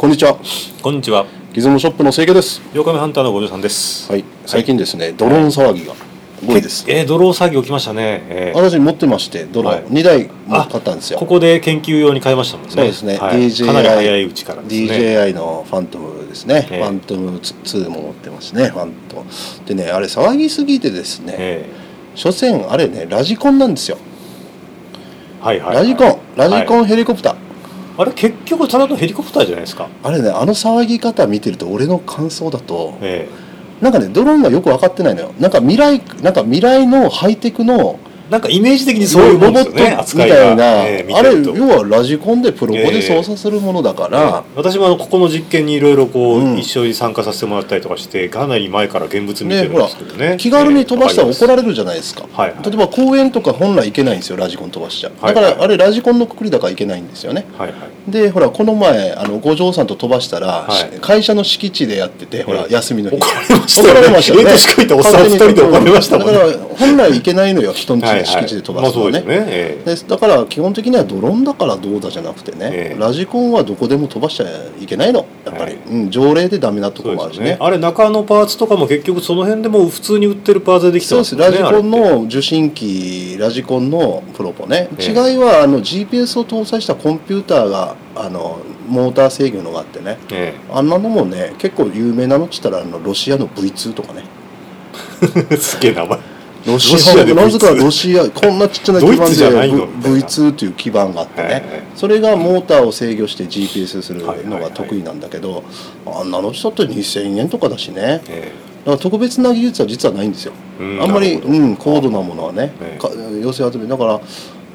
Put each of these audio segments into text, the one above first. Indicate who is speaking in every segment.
Speaker 1: こんにちは。
Speaker 2: こんにちは。
Speaker 1: ギズモショップの清家です。
Speaker 2: 八日目ハンターの五条さんです。
Speaker 1: はい。最近ですね、ドローン騒ぎが多いです。
Speaker 2: えー、ドロー作業来ましたね。えー
Speaker 1: 私持ってまして、ドローン
Speaker 2: はい
Speaker 1: 2台も買ったんですよ。
Speaker 2: ここで研究用に買いましたもんね。
Speaker 1: そうですね。
Speaker 2: はいかなり早いうちからですね。
Speaker 1: DJI のファントムですね。フ
Speaker 2: ええ
Speaker 1: ァントム2も持ってますね。ファントム。でね、あれ騒ぎすぎてですね、
Speaker 2: え
Speaker 1: 所詮あれね、ラジコンなんですよ。
Speaker 2: ーはいはい、
Speaker 1: ラ
Speaker 2: はい。
Speaker 1: ジコン、ラジコ
Speaker 2: ン。
Speaker 1: ンヘリコプター。
Speaker 2: あれ結局ただのヘリコプターじゃないですか。
Speaker 1: あれね、あの騒ぎ方見てると俺の感想だと、
Speaker 2: え
Speaker 1: なんかねドローンがよく分かってないのよなんか未来なんか未来のハイテクの
Speaker 2: ーなんかイメージ的にそういうも
Speaker 1: ロ
Speaker 2: んで
Speaker 1: ボッ
Speaker 2: す
Speaker 1: ト
Speaker 2: よ
Speaker 1: み
Speaker 2: ね。
Speaker 1: たいな、
Speaker 2: えー見
Speaker 1: あ
Speaker 2: て
Speaker 1: れ
Speaker 2: ると
Speaker 1: 要はラジコンでプロコで操作するものだから、
Speaker 2: 私もあのここの実験にいろいろこう、
Speaker 1: うん
Speaker 2: 一緒に参加させてもらったりとかしてかなり前から現物見てるんですけどね
Speaker 1: 気軽に飛ばしたら怒
Speaker 2: れ
Speaker 1: られるじゃないですか、
Speaker 2: はいはい
Speaker 1: 例えば公園とか本来行けないんですよラジコン飛ばしちゃだ
Speaker 2: はい
Speaker 1: か
Speaker 2: はい
Speaker 1: らあれラジコンのくくりだから行けないんですよね
Speaker 2: はいはい
Speaker 1: でほらこの前あの五条さんと飛ばしたら、
Speaker 2: はい
Speaker 1: 会社の敷地でやっててほら、
Speaker 2: うん
Speaker 1: 休みの日
Speaker 2: 怒られましたよ
Speaker 1: 怒られましたよ
Speaker 2: ね
Speaker 1: ね
Speaker 2: えーとしか言っておっさん二人で怒られましたもんね
Speaker 1: だから本来行けないのよ人んち
Speaker 2: はいは
Speaker 1: の
Speaker 2: い
Speaker 1: 敷地で飛ばす
Speaker 2: まあ
Speaker 1: と
Speaker 2: そう
Speaker 1: ね
Speaker 2: ですね、えー
Speaker 1: ですだから基本的にはドローンだからどうだじゃなくてね、
Speaker 2: ええ
Speaker 1: ラジコンはどこでも飛ばしちゃいけないのやっぱり、
Speaker 2: はい
Speaker 1: うん、条例でダメなとこ
Speaker 2: そう
Speaker 1: もあ
Speaker 2: で
Speaker 1: る
Speaker 2: す
Speaker 1: し
Speaker 2: よ
Speaker 1: ね
Speaker 2: ねあれ中のパーツとかも結局その辺でもう普通に売ってるパーツでできて
Speaker 1: そう
Speaker 2: ま
Speaker 1: ですす
Speaker 2: もんね
Speaker 1: ラジコン
Speaker 2: あれって
Speaker 1: の受信機ラジコンのプロポね、
Speaker 2: ええ
Speaker 1: 違いはあの GPS を搭載したコンピューターがあのモーター制御のがあってね
Speaker 2: え
Speaker 1: あんなのもね結構有名なのっつったらあのロシアの V2 とかね
Speaker 2: え すげえ名前
Speaker 1: ロ
Speaker 2: シアで V2
Speaker 1: なぜかロシアこんなちっちゃな基
Speaker 2: ドイ
Speaker 1: 盤
Speaker 2: ツ
Speaker 1: で
Speaker 2: じゃないのみたい
Speaker 1: V-
Speaker 2: な
Speaker 1: V2 という基盤があって
Speaker 2: はいは
Speaker 1: ね
Speaker 2: い
Speaker 1: それがモーターを制御して GPS する
Speaker 2: はいはい
Speaker 1: の
Speaker 2: は
Speaker 1: が
Speaker 2: い
Speaker 1: 得意なんだけどあんなの人って2000円とかだしね
Speaker 2: え
Speaker 1: だから特別な技術は実はないんですよ
Speaker 2: えう
Speaker 1: あんまり、
Speaker 2: なるほど
Speaker 1: うん、高度なものはね
Speaker 2: ええ
Speaker 1: か寄せ集めだから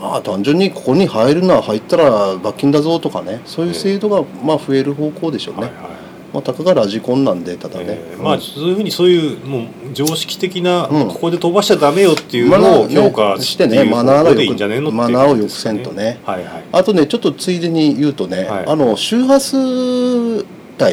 Speaker 1: まあ単純にここに入るのは入ったら罰金だぞとかねそういう制度がまあ増える方向でしょうね、
Speaker 2: はいはい
Speaker 1: まあ、たかがラジコンなんでただね、
Speaker 2: えー
Speaker 1: うん
Speaker 2: まあそういうふうにそういうもう常識的な、
Speaker 1: うん
Speaker 2: ここで飛ばしちゃダメよっていう
Speaker 1: マナ
Speaker 2: の
Speaker 1: ー
Speaker 2: を
Speaker 1: ね
Speaker 2: 評価
Speaker 1: して
Speaker 2: って
Speaker 1: ね
Speaker 2: いう
Speaker 1: マナーが
Speaker 2: 方
Speaker 1: よく
Speaker 2: でいいんじゃねえのっていう
Speaker 1: マナーをよくせんとね
Speaker 2: はいはい
Speaker 1: あとねちょっとついでに言うとね、
Speaker 2: はい
Speaker 1: あの周波数帯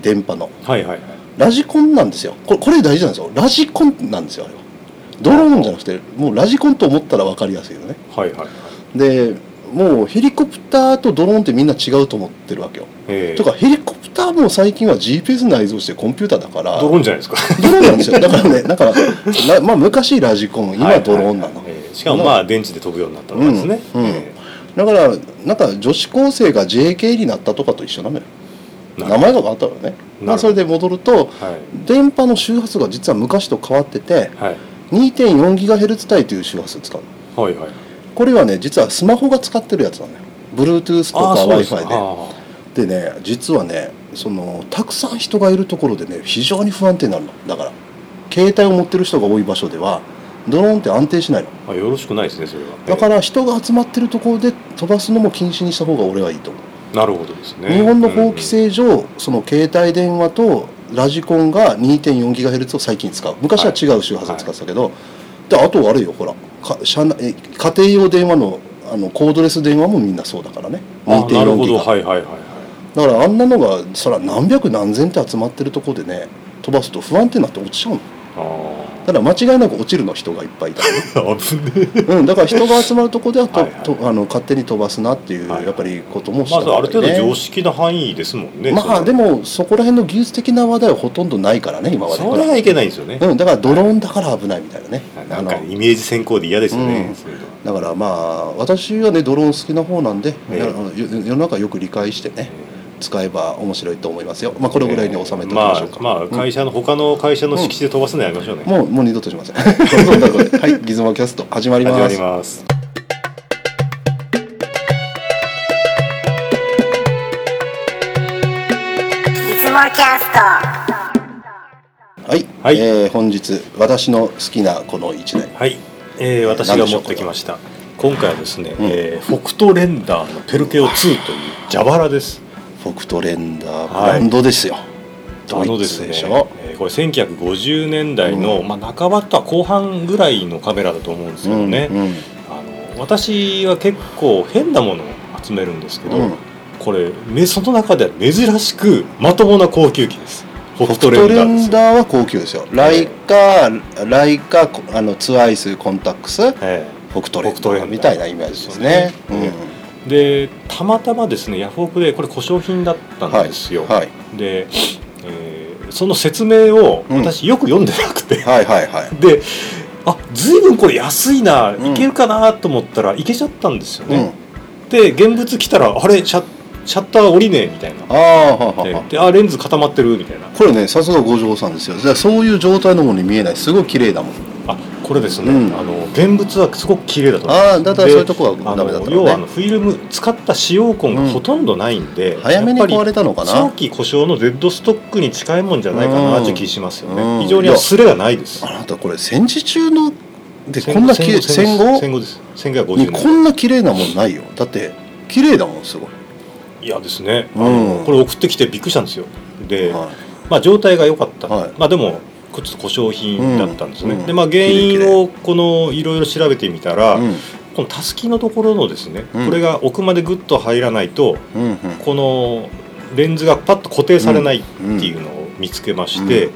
Speaker 1: 電波の
Speaker 2: はいはいはい
Speaker 1: ラジコンなんですよこれこれ大事なんですよラジコンなんですよあれはドローンじゃなくてもうラジコンと思ったら分かりやすいよね
Speaker 2: はいはいはい
Speaker 1: でもうヘリコプターとドローンってみんな違うと思ってるわけよ、
Speaker 2: えー
Speaker 1: とかヘリコプターも最近は GPS 内蔵してコンピューターだ から
Speaker 2: ドローンじゃないですか
Speaker 1: ドローンなんですよだからねだからなまあ昔ラジコン今ドローンなの、
Speaker 2: はいはいはいえーしかもまあ電池で飛ぶようになったわけですね、
Speaker 1: うんうん
Speaker 2: え
Speaker 1: だからなんか女子高生が JK になったとかと一緒なのよ
Speaker 2: ー
Speaker 1: 名前が変わったのね、まあ、
Speaker 2: なるほど
Speaker 1: それで戻ると
Speaker 2: はい
Speaker 1: 電波の周波数が実は昔と変わってて
Speaker 2: はい、
Speaker 1: 2.4GHz 帯という周波数使うの
Speaker 2: はいはい
Speaker 1: これはね実はスマホが使ってるやつなのよ Bluetooth とか
Speaker 2: あ
Speaker 1: w
Speaker 2: ーそう
Speaker 1: i
Speaker 2: です
Speaker 1: f
Speaker 2: か
Speaker 1: i ででね実はねそのたくさん人がいるところでね非常に不安定になるのだから携帯を持ってる人が多い場所ではドローンって安定しないの
Speaker 2: あーあよろしくないですねそれは、
Speaker 1: だからら人が集まってるところで飛ばすのも禁止にした方が俺はいいと思う
Speaker 2: えーなるほどですね
Speaker 1: 日本の法規制上、その携帯電話とラジコンが 2.4GHz を最近使う昔は違う周波数使ってたけど、であとあれよほらか社内え家庭用電話のあのコードレス電話もみんなそうだからね
Speaker 2: うんうんあーなるほ
Speaker 1: 2.4GHz、
Speaker 2: どはいはいはいはい
Speaker 1: だからあんなのがそら何百何千って集まってるとこでね飛ばすと不安定になって落ちちゃうの
Speaker 2: あ
Speaker 1: ただ間違いなく落ちるの人がいっぱいいたらね
Speaker 2: あ危ねえ
Speaker 1: うん、だから人が集まるとこではと
Speaker 2: はいはい
Speaker 1: とあの勝手に飛ばすなっていう、
Speaker 2: はいはい
Speaker 1: やっぱりことも
Speaker 2: ま
Speaker 1: した
Speaker 2: ずある程度
Speaker 1: ね
Speaker 2: 常識な範囲ですもんね
Speaker 1: まあで
Speaker 2: も
Speaker 1: もそこら辺の技術的な話題はほとんどないからね今まで
Speaker 2: それはいけないんですよね、
Speaker 1: うん、だからドローンだから危ないみたいなね、
Speaker 2: な
Speaker 1: あ
Speaker 2: ん
Speaker 1: の
Speaker 2: かイメージ先行で嫌ですよね、
Speaker 1: うん
Speaker 2: そういうのは
Speaker 1: だからまあ私はねドローン好きな方なんで、
Speaker 2: ええ
Speaker 1: あの世世の中よく理解してね使えば面白いと思いますよまあこれぐらいに収めておきましょうか、
Speaker 2: まあ、まあ、会社の、他の会社の敷地で飛ばすのやめましょうね、
Speaker 1: もうもう二度としま せんそんなことではいギズモキャスト始まり
Speaker 2: 始ま
Speaker 1: ま
Speaker 2: り
Speaker 1: す
Speaker 2: ます
Speaker 1: は
Speaker 3: いつもキャスト
Speaker 1: い、
Speaker 2: はい
Speaker 1: えー本日私の好きなこの一台
Speaker 2: はい、えー、私が持ってきました今回はですね、えーフォクトレンダーのペルケオ2という蛇腹です
Speaker 1: フォクトレンダーブ
Speaker 2: はい
Speaker 1: ランドですよ、ド
Speaker 2: あ
Speaker 1: イ
Speaker 2: の
Speaker 1: ツ
Speaker 2: ですね、
Speaker 1: しょ
Speaker 2: えーこれ1950年代の、まあ、半ばとは後半ぐらいのカメラだと思うんですけどね、
Speaker 1: うん
Speaker 2: あの私は結構変なものを集めるんですけど、
Speaker 1: うん
Speaker 2: これめその中では珍しくまともな高級機です
Speaker 1: フ
Speaker 2: フォ
Speaker 1: ォ
Speaker 2: ク
Speaker 1: クト
Speaker 2: トレンダ
Speaker 1: レ
Speaker 2: ーです
Speaker 1: ンダーは高級ですよライカライカあのツアイスコンタックスフ
Speaker 2: え
Speaker 1: ォクトレン
Speaker 2: フォク
Speaker 1: ダ
Speaker 2: トレン
Speaker 1: ー
Speaker 2: ダー
Speaker 1: みたいなイメージですね
Speaker 2: そう
Speaker 1: うん
Speaker 2: ねえでたまたまですねヤフオクでこれ故障品だったんですよ、
Speaker 1: はい
Speaker 2: で、えーその説明を
Speaker 1: うん
Speaker 2: 私よく読んでなくて、
Speaker 1: はいはいはい
Speaker 2: であずいぶんこれ安いな、
Speaker 1: うん
Speaker 2: いけるかなと思ったらいけちゃったんですよ
Speaker 1: うん
Speaker 2: ね、で現物来たらあれシャシャッターが降りねえみたいな
Speaker 1: ああはあはあはあ
Speaker 2: でであレンズ固まってるみたいな
Speaker 1: これねさすが五条さんですよじゃあそういう状態のものに見えないすごい綺麗だもん
Speaker 2: あこれですね、
Speaker 1: うん
Speaker 2: あの現物はすごく綺麗だと思います
Speaker 1: ああだからそういうとこ
Speaker 2: あ
Speaker 1: はダメだっ
Speaker 2: の
Speaker 1: た
Speaker 2: 要はあ
Speaker 1: の
Speaker 2: の
Speaker 1: ね
Speaker 2: フィルム使った使用痕がほとんどないんで、
Speaker 1: 早めに
Speaker 2: やっぱり
Speaker 1: 壊れたのかな
Speaker 2: 早期故障のデッドストックに近いもんじゃないかなという気しますよね、
Speaker 1: うん
Speaker 2: 非常にあのスレがないです
Speaker 1: あなたこれ戦時中のでこんなきれい戦
Speaker 2: 戦
Speaker 1: 後
Speaker 2: 後戦後です戦後は
Speaker 1: に
Speaker 2: 50
Speaker 1: こ
Speaker 2: 年
Speaker 1: んな綺麗なもんないよだって綺麗だもんすごい、
Speaker 2: いやですね、あ
Speaker 1: うん
Speaker 2: のこれ送ってきてびっくりしたんですよで、
Speaker 1: は
Speaker 2: まあ、状態が良かった、
Speaker 1: はい
Speaker 2: まあでもちょっと故障品だったんですね、
Speaker 1: うん
Speaker 2: でまあ
Speaker 1: うん
Speaker 2: 原因をこのいろいろ調べてみたら、
Speaker 1: い、うん
Speaker 2: このたすきのところのですね、
Speaker 1: うん
Speaker 2: これが奥までグッと入らないと
Speaker 1: うんうん
Speaker 2: このレンズがパッと固定されないっていうのを見つけまして、
Speaker 1: うん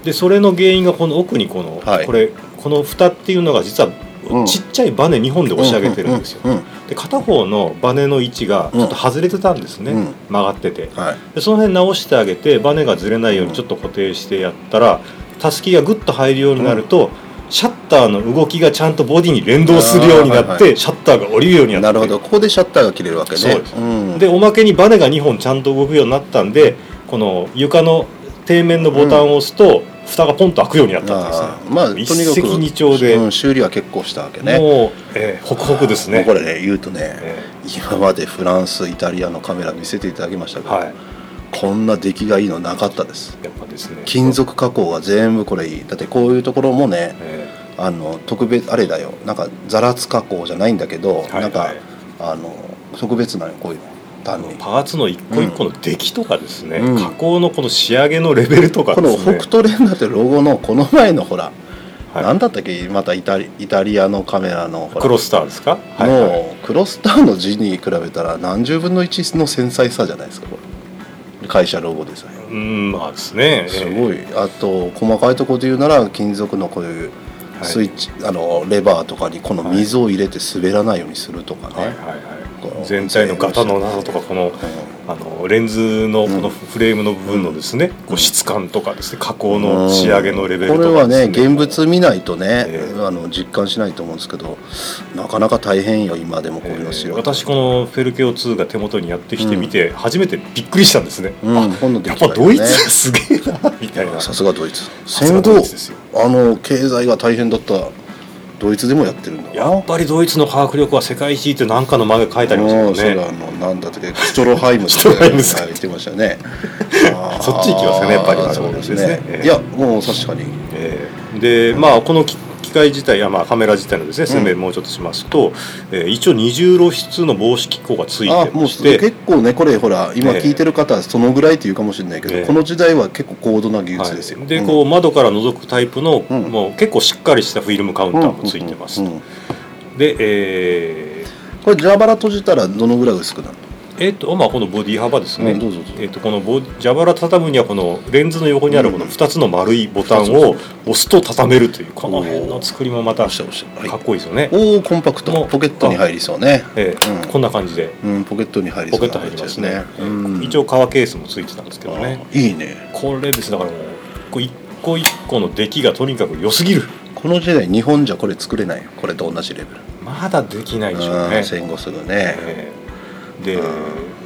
Speaker 2: でそれの原因がこの奥にこの、
Speaker 1: はい
Speaker 2: これこの蓋っていうのが実は
Speaker 1: うん
Speaker 2: ちっちゃいバネ2本で押し上げてるんですよ、
Speaker 1: うんうん
Speaker 2: で片方のバネの位置がちょっと外れてたんですね、
Speaker 1: うん
Speaker 2: 曲がってて
Speaker 1: はい、
Speaker 2: でその辺直してあげてバネがずれないようにちょっと固定してやったらたすきがグッと入るようになると、シャッターの動きがちゃんとボディに連動するようになって、
Speaker 1: あーはいはい
Speaker 2: シャッターが降りるようになって
Speaker 1: なるほどここでシャッターが切れるわけね
Speaker 2: そうです
Speaker 1: ん、
Speaker 2: でおまけにバネが2本ちゃんと動くようになったんでこの床の底面のボタンを押すと、蓋がポンと開くようになったんですね
Speaker 1: あーまあとにかく
Speaker 2: 一石二鳥で
Speaker 1: うん、修理は結構したわけね
Speaker 2: もう、えー、ホクホクです
Speaker 1: もう
Speaker 2: ね
Speaker 1: これね言うとね、
Speaker 2: え
Speaker 1: 今までフランスイタリアのカメラ見せていただきましたけ
Speaker 2: ー
Speaker 1: ど、
Speaker 2: はい
Speaker 1: こんな出来がいいのなかったです
Speaker 2: やっぱですね
Speaker 1: 金、属加工は全部これいいだってこういうところもね
Speaker 2: え
Speaker 1: あの特別あれだよなんかザラつ加工じゃないんだけど、
Speaker 2: ーはい
Speaker 1: なんか、
Speaker 2: はい
Speaker 1: あの特別なのよこういうの単に
Speaker 2: パーツの一個一個の出来とかですね、
Speaker 1: うん
Speaker 2: 加工のこの仕上げのレベルとか
Speaker 1: こ
Speaker 2: で
Speaker 1: の
Speaker 2: す
Speaker 1: 北
Speaker 2: ね
Speaker 1: 斗レンダってロゴのこの前のほら、
Speaker 2: はい
Speaker 1: なんだったっけまたイタリイタリアのカメラのほら
Speaker 2: クロスターですか、はいはい
Speaker 1: もうクロスターの字に比べたら何十分の1の繊細さじゃないですかこれ会社ロゴでさえ
Speaker 2: うんまあですね
Speaker 1: す
Speaker 2: い、
Speaker 1: ごいあと細かいところで言うなら金属のこういう
Speaker 2: はい
Speaker 1: スイッチ、あのレバーとかにこの溝を入れて滑らないようにするとかね、
Speaker 2: はいはいはい
Speaker 1: この
Speaker 2: 全体の型の長さとかこのあのレンズのこのフレームの部分のですね、こう質感とかですね加工の仕上げのレベル
Speaker 1: ことれ
Speaker 2: か
Speaker 1: は
Speaker 2: です、
Speaker 1: ね現物見ないとね、
Speaker 2: ええ
Speaker 1: あの実感しないと思うんですけどなかなか大変よ今でもこういうのし
Speaker 2: えー
Speaker 1: ろ、
Speaker 2: 私このフェルケオ2が手元にやってきてみて初めてびっくりしたんですね、
Speaker 1: うん
Speaker 2: あ
Speaker 1: 今度で
Speaker 2: やっ
Speaker 1: きた
Speaker 2: ぱ
Speaker 1: よね
Speaker 2: ドイツすげえなみたいな
Speaker 1: さすがドイツ
Speaker 2: さす
Speaker 1: 戦
Speaker 2: がド
Speaker 1: 後
Speaker 2: イツですよ
Speaker 1: あの経済が大変だったドイツでもやってるんだ
Speaker 2: やっぱりドイツの科学力は世界一って何かの漫画書いてありま
Speaker 1: もう
Speaker 2: した
Speaker 1: それ
Speaker 2: よ
Speaker 1: は
Speaker 2: ね
Speaker 1: あのなんだったっ けシュトロハイム
Speaker 2: シュトロハイム
Speaker 1: さ
Speaker 2: さ
Speaker 1: ん言ってましたよね
Speaker 2: そっち行きますよねやっぱり
Speaker 1: あーそうですね
Speaker 2: そうですね
Speaker 1: いやもう確かに
Speaker 2: えーでまあこの機機械自体や、まあ、カメラ自体のですね説明もうちょっとしますと、えー一応二重露出の防止機構がつい
Speaker 1: あ
Speaker 2: て
Speaker 1: もう
Speaker 2: まして
Speaker 1: 結構ねこれほら今
Speaker 2: ええ
Speaker 1: 聞いてる方はそのぐらいっていうかもしれないけど、
Speaker 2: ええ
Speaker 1: この時代は結構高度な技
Speaker 2: はい
Speaker 1: 術ですよ、
Speaker 2: で
Speaker 1: うん
Speaker 2: こう窓から覗くタイプの、
Speaker 1: ん
Speaker 2: もう結構しっかりしたフィルムカウンターもついてますと、
Speaker 1: うんうんうん
Speaker 2: でえ
Speaker 1: これ蛇腹閉じたらどのぐらい薄くなる
Speaker 2: ーえーとまあ、このボディ幅ですね、
Speaker 1: うんどうぞどうぞ
Speaker 2: えー、とこのボディ蛇腹畳むにはこのレンズの横にあるこの2つの丸いボタンを押すと畳めるというこの辺の作りもまたか
Speaker 1: おしゃおしゃはい
Speaker 2: っこいいですよね、
Speaker 1: おおコンパクト
Speaker 2: もう
Speaker 1: ポケットに入りそうね
Speaker 2: えー
Speaker 1: うん
Speaker 2: こんな感じで
Speaker 1: うんポケットに入り
Speaker 2: ポ
Speaker 1: そ
Speaker 2: ケ
Speaker 1: う
Speaker 2: ッ
Speaker 1: な
Speaker 2: ト入り
Speaker 1: 感じ
Speaker 2: ま
Speaker 1: ですす
Speaker 2: ね
Speaker 1: ね、うん
Speaker 2: 一応革ケースもついてたんですけどね
Speaker 1: あーいいね
Speaker 2: これですだからもうこう一個一個の出来がとにかく良すぎる
Speaker 1: この時代日本じゃこれ作れないよこれと同じレベル
Speaker 2: まだできないでしょう
Speaker 1: う
Speaker 2: ね
Speaker 1: ん戦後すぐね、
Speaker 2: えーで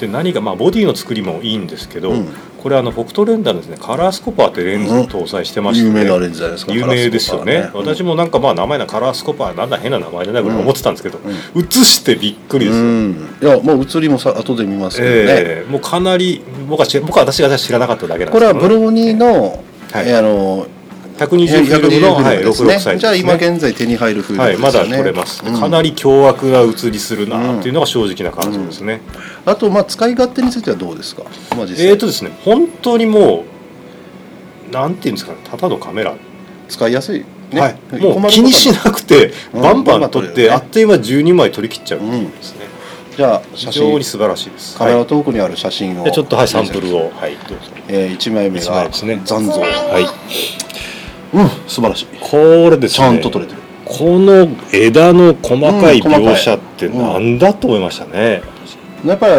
Speaker 2: で何が、まあ、ボディの作りもいいんですけど、
Speaker 1: うん
Speaker 2: これあの北斗レンダーのですねカラースコパーってレンズを搭載してまして、
Speaker 1: 有名なレンズじゃないですか
Speaker 2: 有名ですよね私
Speaker 1: も
Speaker 2: もなんかまあ名前なカラースコパーなんだ変な名前じゃないぐらい思ってたんですけど、
Speaker 1: う
Speaker 2: 映してびっくり
Speaker 1: う
Speaker 2: です、
Speaker 1: んいやもう写りもさ後で見ますけどね、
Speaker 2: えーもうかなり僕は知僕は私が知らなかっただけなん
Speaker 1: こ
Speaker 2: です
Speaker 1: れ
Speaker 2: け
Speaker 1: は
Speaker 2: ど
Speaker 1: ブローニーの、
Speaker 2: はい
Speaker 1: えーあの
Speaker 2: 120フィルムの、はい、
Speaker 1: ですね
Speaker 2: 66サイズです、ね、
Speaker 1: じゃあ今現在手に入るフィルムで
Speaker 2: はい、
Speaker 1: す
Speaker 2: ま
Speaker 1: よね
Speaker 2: だ取れます、
Speaker 1: うん
Speaker 2: かなり凶悪な写りするなっていうのが正直な感想ですね、
Speaker 1: あとまあ使い勝手についてはどうですか、まあ、実際
Speaker 2: えーとですね本当にもうなんていうんですかねただのカメラ、
Speaker 1: 使いやすい、ね
Speaker 2: はい、もう気にし
Speaker 1: い
Speaker 2: なくて
Speaker 1: うん
Speaker 2: バンバ
Speaker 1: バン
Speaker 2: ン撮っ
Speaker 1: バン撮れる
Speaker 2: て
Speaker 1: ね
Speaker 2: あっという間12枚撮り切っちゃうっていうですね、
Speaker 1: じゃあ写
Speaker 2: 非常
Speaker 1: 真
Speaker 2: に素晴らしいです、
Speaker 1: カ
Speaker 2: は
Speaker 1: メ
Speaker 2: い
Speaker 1: ラトークにある写真を、
Speaker 2: でちょっとはいサンプルをはいどうぞ
Speaker 1: えー、1枚目
Speaker 2: 一枚
Speaker 1: が
Speaker 2: ですね
Speaker 1: 残像
Speaker 2: はい
Speaker 1: うん素晴らしい
Speaker 2: これです
Speaker 1: ち
Speaker 2: ね
Speaker 1: ゃんと撮れてる
Speaker 2: この枝の細か
Speaker 1: う
Speaker 2: い
Speaker 1: ん細かい
Speaker 2: 描写ってなんだと思いましたね、
Speaker 1: やっぱり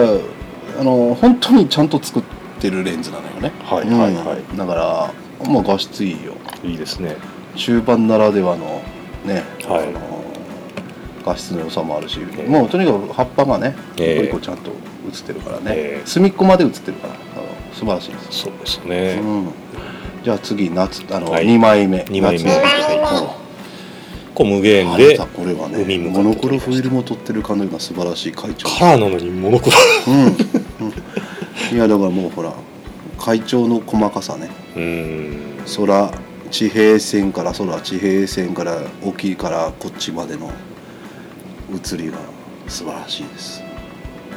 Speaker 1: あの本当にちゃんと作ってるレンズなのよね
Speaker 2: はいはいはい
Speaker 1: うんだからもう画質いいよ
Speaker 2: いいですね
Speaker 1: 中盤ならではのね、
Speaker 2: はい
Speaker 1: あの画質の良さもあるし、
Speaker 2: ええ
Speaker 1: もうとにかく葉っぱがね一個
Speaker 2: ええ
Speaker 1: 一個ちゃんと映ってるからね、
Speaker 2: ええ
Speaker 1: 隅っこまで映ってるからあの素晴らしいです、
Speaker 2: そうですね、
Speaker 1: うん、じゃあ次夏あの、
Speaker 2: はい
Speaker 1: 二枚目
Speaker 2: 二枚目
Speaker 1: 夏の
Speaker 2: はこう無
Speaker 1: うん
Speaker 2: 限
Speaker 1: あ
Speaker 2: で
Speaker 1: なたこれはね
Speaker 2: 海向か
Speaker 1: モ
Speaker 2: って
Speaker 1: ノクロフィルムを撮ってるかのような素晴らしい 会長
Speaker 2: カラーなのにモノクロ
Speaker 1: うん、うん、いやだからもうほら会長の細かさね
Speaker 2: うーん
Speaker 1: 空地平線から空地平線から沖からこっちまでの写りが素晴らしいです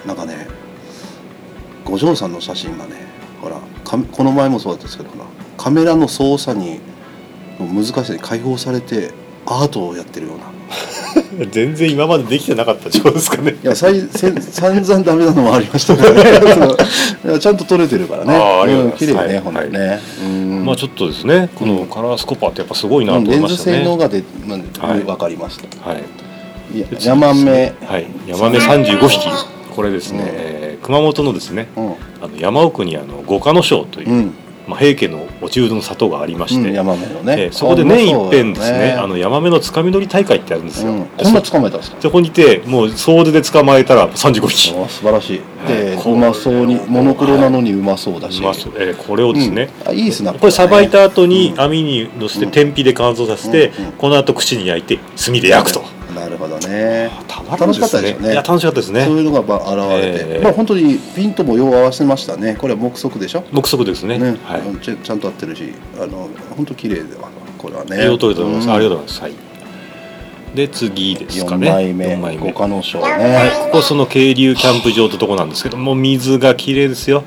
Speaker 1: なんかね五条さんの写真がねほらかこの前もそうだったんですけどほらカメラの操作にの難しさに解放されてアートをやってるような
Speaker 2: 全然今までできてなかった状況ですかね
Speaker 1: いやさいせん散々ダメなのもありましたけどね そういやちゃんと撮れてるからね
Speaker 2: あーありがとうございます
Speaker 1: 綺麗ね、
Speaker 2: はい
Speaker 1: ほんとね、うん
Speaker 2: まあちょっとですねこのカラースコパーってやっぱすごいなと思い
Speaker 1: レン
Speaker 2: ま
Speaker 1: ズ
Speaker 2: したね、
Speaker 1: 性能がで、まあ
Speaker 2: はい
Speaker 1: 分かりました
Speaker 2: はい
Speaker 1: いや
Speaker 2: で次
Speaker 1: ヤマメ
Speaker 2: ですねはいヤマメ35匹これですね、
Speaker 1: うん
Speaker 2: えー熊本のですね
Speaker 1: うん
Speaker 2: あの山奥にあの五花の荘という、
Speaker 1: うん、
Speaker 2: まあ、平家のお中元の里がありまして、
Speaker 1: うん、ヤマメのね、
Speaker 2: えーそこで年
Speaker 1: あ
Speaker 2: 一遍ですねあ、
Speaker 1: うま
Speaker 2: のヤマメのつかみ取り大会ってあるんです
Speaker 1: そう
Speaker 2: よ、
Speaker 1: だねうん、こんな捕まえたんですか
Speaker 2: そこにいてもう総出で捕まえたら35匹
Speaker 1: お素晴らしいで、
Speaker 2: はいう
Speaker 1: まそうにモノクロなのにうまそうだし、
Speaker 2: うまそうえーこれをですね、
Speaker 1: うんあいいスナップだね
Speaker 2: これさばいた後に
Speaker 1: うん
Speaker 2: 網にのせて
Speaker 1: うん
Speaker 2: 天日で乾燥させて、
Speaker 1: うんうん
Speaker 2: この後串に焼いて炭で焼くと、
Speaker 1: なるほどね
Speaker 2: たまらん
Speaker 1: 楽しかったですよね
Speaker 2: いや楽しかったです
Speaker 1: そう
Speaker 2: ね
Speaker 1: いうのがば現れて、
Speaker 2: ええ
Speaker 1: まあ本当にピントもよう合わせましたねこれは目測でしょ
Speaker 2: 目測ですね
Speaker 1: ね、
Speaker 2: はい、
Speaker 1: うんちゃちゃんと合ってるしあの本当綺麗ではこれはね
Speaker 2: よう取れたと思います、
Speaker 1: うん
Speaker 2: ありがとうございます、はい、で次ですか
Speaker 1: 四
Speaker 2: ね
Speaker 1: 枚目
Speaker 2: 四枚
Speaker 1: 五
Speaker 2: 目
Speaker 1: 花の章ね、
Speaker 2: ここその渓流キャンプ場ってとこなんですけどもう水が綺麗ですよ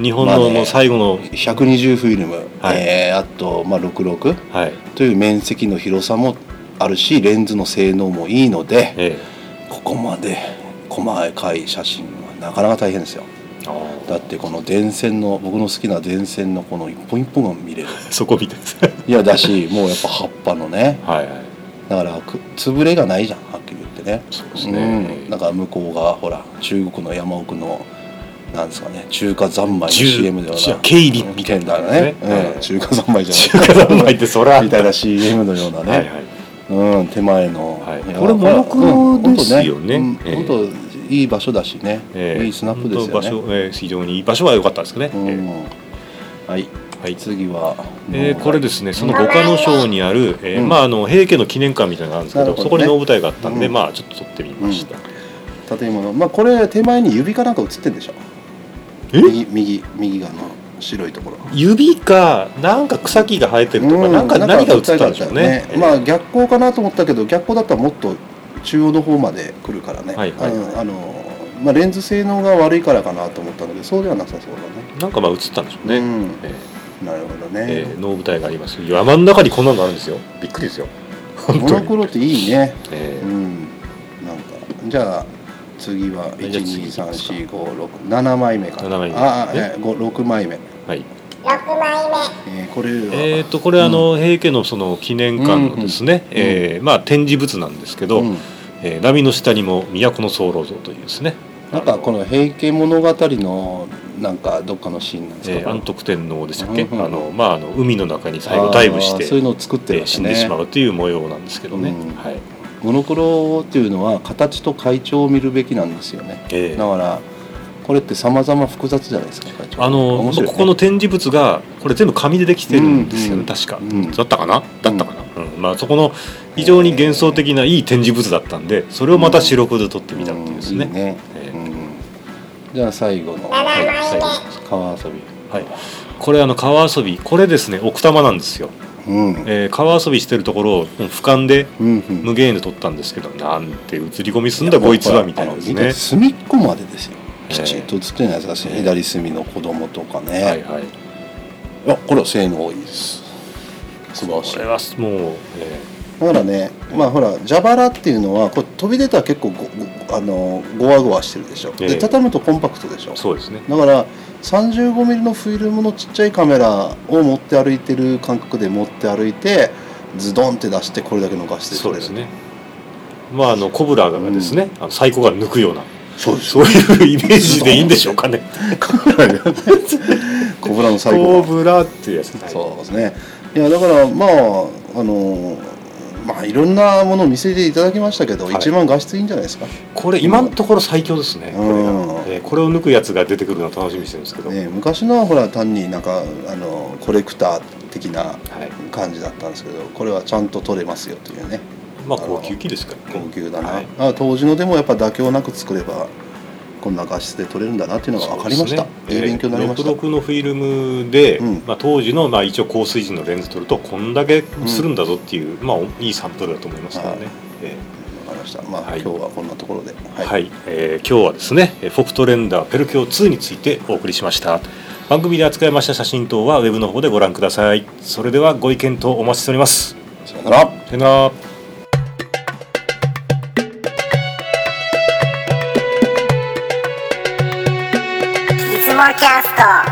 Speaker 2: 日本
Speaker 1: まあ
Speaker 2: の
Speaker 1: ね
Speaker 2: もう最後の、
Speaker 1: 120フィルム、
Speaker 2: はい
Speaker 1: えーあと、まあ、66
Speaker 2: はい
Speaker 1: という面積の広さもあるしレンズの性能もいいので
Speaker 2: ええ
Speaker 1: ここまで細かい写真はなかなか大変ですよだってこの電線の僕の好きな電線のこの一本一本が見れる
Speaker 2: そこ見てです
Speaker 1: いやだしもうやっぱ葉っぱのね
Speaker 2: はいはい
Speaker 1: だからく潰れがないじゃんはっきり言ってね
Speaker 2: そうですね、
Speaker 1: うん、だから向こうがほら中国の山奥のなんですかね中華三昧の
Speaker 2: 中
Speaker 1: CM ではな
Speaker 2: 経理みたいな
Speaker 1: みたいなね、
Speaker 2: え
Speaker 1: うん、
Speaker 2: え
Speaker 1: 中華三昧じゃない
Speaker 2: 中華三昧ってそら
Speaker 1: みたいな CM のようなね、
Speaker 2: はいはい
Speaker 1: うん、手前の、
Speaker 2: はい
Speaker 1: や
Speaker 2: これモノクロですよね
Speaker 1: うん本当
Speaker 2: ええ
Speaker 1: ねうん本当いい場所だしね、
Speaker 2: ええ
Speaker 1: いいスナップですよね
Speaker 2: 本当場所、ええ非常にいい場所は良かったですね、
Speaker 1: うん
Speaker 2: え
Speaker 1: はい
Speaker 2: えはい
Speaker 1: 次は、
Speaker 2: えーこれですすねその五花の省にある、えー
Speaker 1: うん
Speaker 2: まあ、あの平家の記念館みたいなのがあるんですけど
Speaker 1: なるほどね
Speaker 2: そこに能舞台があったんで、
Speaker 1: うん
Speaker 2: まあちょっと撮ってみました、
Speaker 1: 建物まあこれ手前に指かなんか映ってるんでしょ
Speaker 2: え
Speaker 1: 右右右側の白いところ
Speaker 2: 指かなんか草木が生えてるとか、
Speaker 1: うん
Speaker 2: なんか何が映ったんでしょうね
Speaker 1: なんか映ったよまあ逆光かなと思ったけど逆光だったらもっと中央の方まで来るからね、
Speaker 2: はいはい
Speaker 1: うんあのまあ、レンズ性能が悪いからかなと思ったのでそうではなさそうだね
Speaker 2: なんかまあ映ったんでしょうね、
Speaker 1: うん
Speaker 2: えー
Speaker 1: なるほど
Speaker 2: え
Speaker 1: ね、
Speaker 2: ー、能舞台があります山の中にこんなのあるんですよびっくりですよ本
Speaker 1: モ
Speaker 2: 当
Speaker 1: ノ
Speaker 2: に
Speaker 1: クロっていいね
Speaker 2: え
Speaker 1: う
Speaker 2: ー
Speaker 1: んなんかじゃあ次は
Speaker 2: じゃあ次行きますか
Speaker 1: 1234567枚目か
Speaker 2: 七枚目
Speaker 1: ああ
Speaker 2: ね
Speaker 1: え6枚目、
Speaker 2: はい
Speaker 3: 6枚目
Speaker 1: えーこれは
Speaker 2: えー、とこれあの、平家のその記念館のですね、
Speaker 1: うんうん
Speaker 2: えーまあ、展示物なんですけど、
Speaker 1: うん
Speaker 2: えー波の下にも都の僧侶像というですね
Speaker 1: なんかこの「平家物語」のなんかどっかのシーンなんですか、
Speaker 2: えー安徳天皇でしたっけ、
Speaker 1: うんうんうん
Speaker 2: あのまあ、あの海の中に最後ダイブして
Speaker 1: あーそういうのを作ってる
Speaker 2: えー
Speaker 1: わけ
Speaker 2: 死ん
Speaker 1: ね、
Speaker 2: でしまうという模様なんですけどね、
Speaker 1: うん
Speaker 2: はい
Speaker 1: モノクロっていうのは形と会長を見るべきなんですよね
Speaker 2: え
Speaker 1: だ
Speaker 2: ー
Speaker 1: からこれってさまざま複雑じゃないですか会長
Speaker 2: あの
Speaker 1: 面白いね
Speaker 2: ここの展示物がこれ全部紙でできてるんですよね、
Speaker 1: うんうん
Speaker 2: 確か、
Speaker 1: うん
Speaker 2: だったかなだったかな、うんまあ、そこの非常に幻想的ないい展示物だったんでそれをまた白黒で撮ってみたっていうですね、
Speaker 1: うんいいね
Speaker 2: えー
Speaker 1: うんじゃあ最後の
Speaker 2: はい最後
Speaker 1: 川遊び
Speaker 2: はい、これあの川遊びこれですね奥多摩なんですよ、
Speaker 1: うんうん
Speaker 2: えー川遊びしてるところを俯瞰で
Speaker 1: うん
Speaker 2: 無限で撮ったんですけどなんて映り込みすんだこいつはみたいなです
Speaker 1: あの
Speaker 2: ね
Speaker 1: 隅っこまでですよ
Speaker 2: ええ
Speaker 1: きちんと映ってないですか、
Speaker 2: ええ
Speaker 1: 左隅の子供とかね、
Speaker 2: はい
Speaker 1: い
Speaker 2: はい
Speaker 1: やこれは性能いいです素晴らしい
Speaker 2: これはもう、え
Speaker 1: だからね、まあほら蛇腹っていうのはこれ飛び出たら結構ごごあのごわごわしてるでしょ、
Speaker 2: ええ
Speaker 1: で畳むとコンパクトでしょ
Speaker 2: ーそうですね
Speaker 1: だから3 5ミリのフィルムのちっちゃいカメラを持って歩いてる感覚で持って歩いてズドンって出してこれだけの画質で
Speaker 2: そ
Speaker 1: 撮
Speaker 2: う
Speaker 1: れ
Speaker 2: で
Speaker 1: る
Speaker 2: すねまああのコブラがですね、あのサイコが抜くような
Speaker 1: そうです
Speaker 2: そういうイメージでいいんでしょうかね
Speaker 1: コブラの最後
Speaker 2: コブラっていうやつね
Speaker 1: そうですね。いやだからまああのまあいろんなものを見せていただきましたけど、
Speaker 2: はい
Speaker 1: 一番画質いいんじゃないですか。
Speaker 2: これ今のところ最強ですねこれ
Speaker 1: う
Speaker 2: が
Speaker 1: ん
Speaker 2: えーこれを抜くやつが出てくるのを楽しみにしてるんですけど、
Speaker 1: ね昔のはほら単になんかあのコレクター的な
Speaker 2: はい
Speaker 1: 感じだったんですけど、これはちゃんと撮れますよというね。
Speaker 2: まあ高級機ですからね
Speaker 1: 高級だな。
Speaker 2: はい
Speaker 1: あ当時のでもやっぱ妥協なく作れば。こんな画質で撮れるんだなっていうのが分かりました。
Speaker 2: そうです
Speaker 1: いい
Speaker 2: ね
Speaker 1: 勉強になりました。
Speaker 2: えー66のフィルムで、
Speaker 1: うん
Speaker 2: まあ、当時の、まあ、一応高水準のレンズ撮るとこんだけするんだぞっていう、まあ、おいいサンプルだと思いますけどね、
Speaker 1: はい
Speaker 2: え
Speaker 1: わかりました。まあ、
Speaker 2: はい
Speaker 1: 今日はこんなところで。
Speaker 2: ーはいえー今日はですねえーフォクトレンダーペルキョ2についてお送りしました番組で扱いました写真等はウェブの方でご覧くださいそれではご意見とお待ちしております
Speaker 1: さよなら。
Speaker 2: さよなら
Speaker 3: いつもキャスト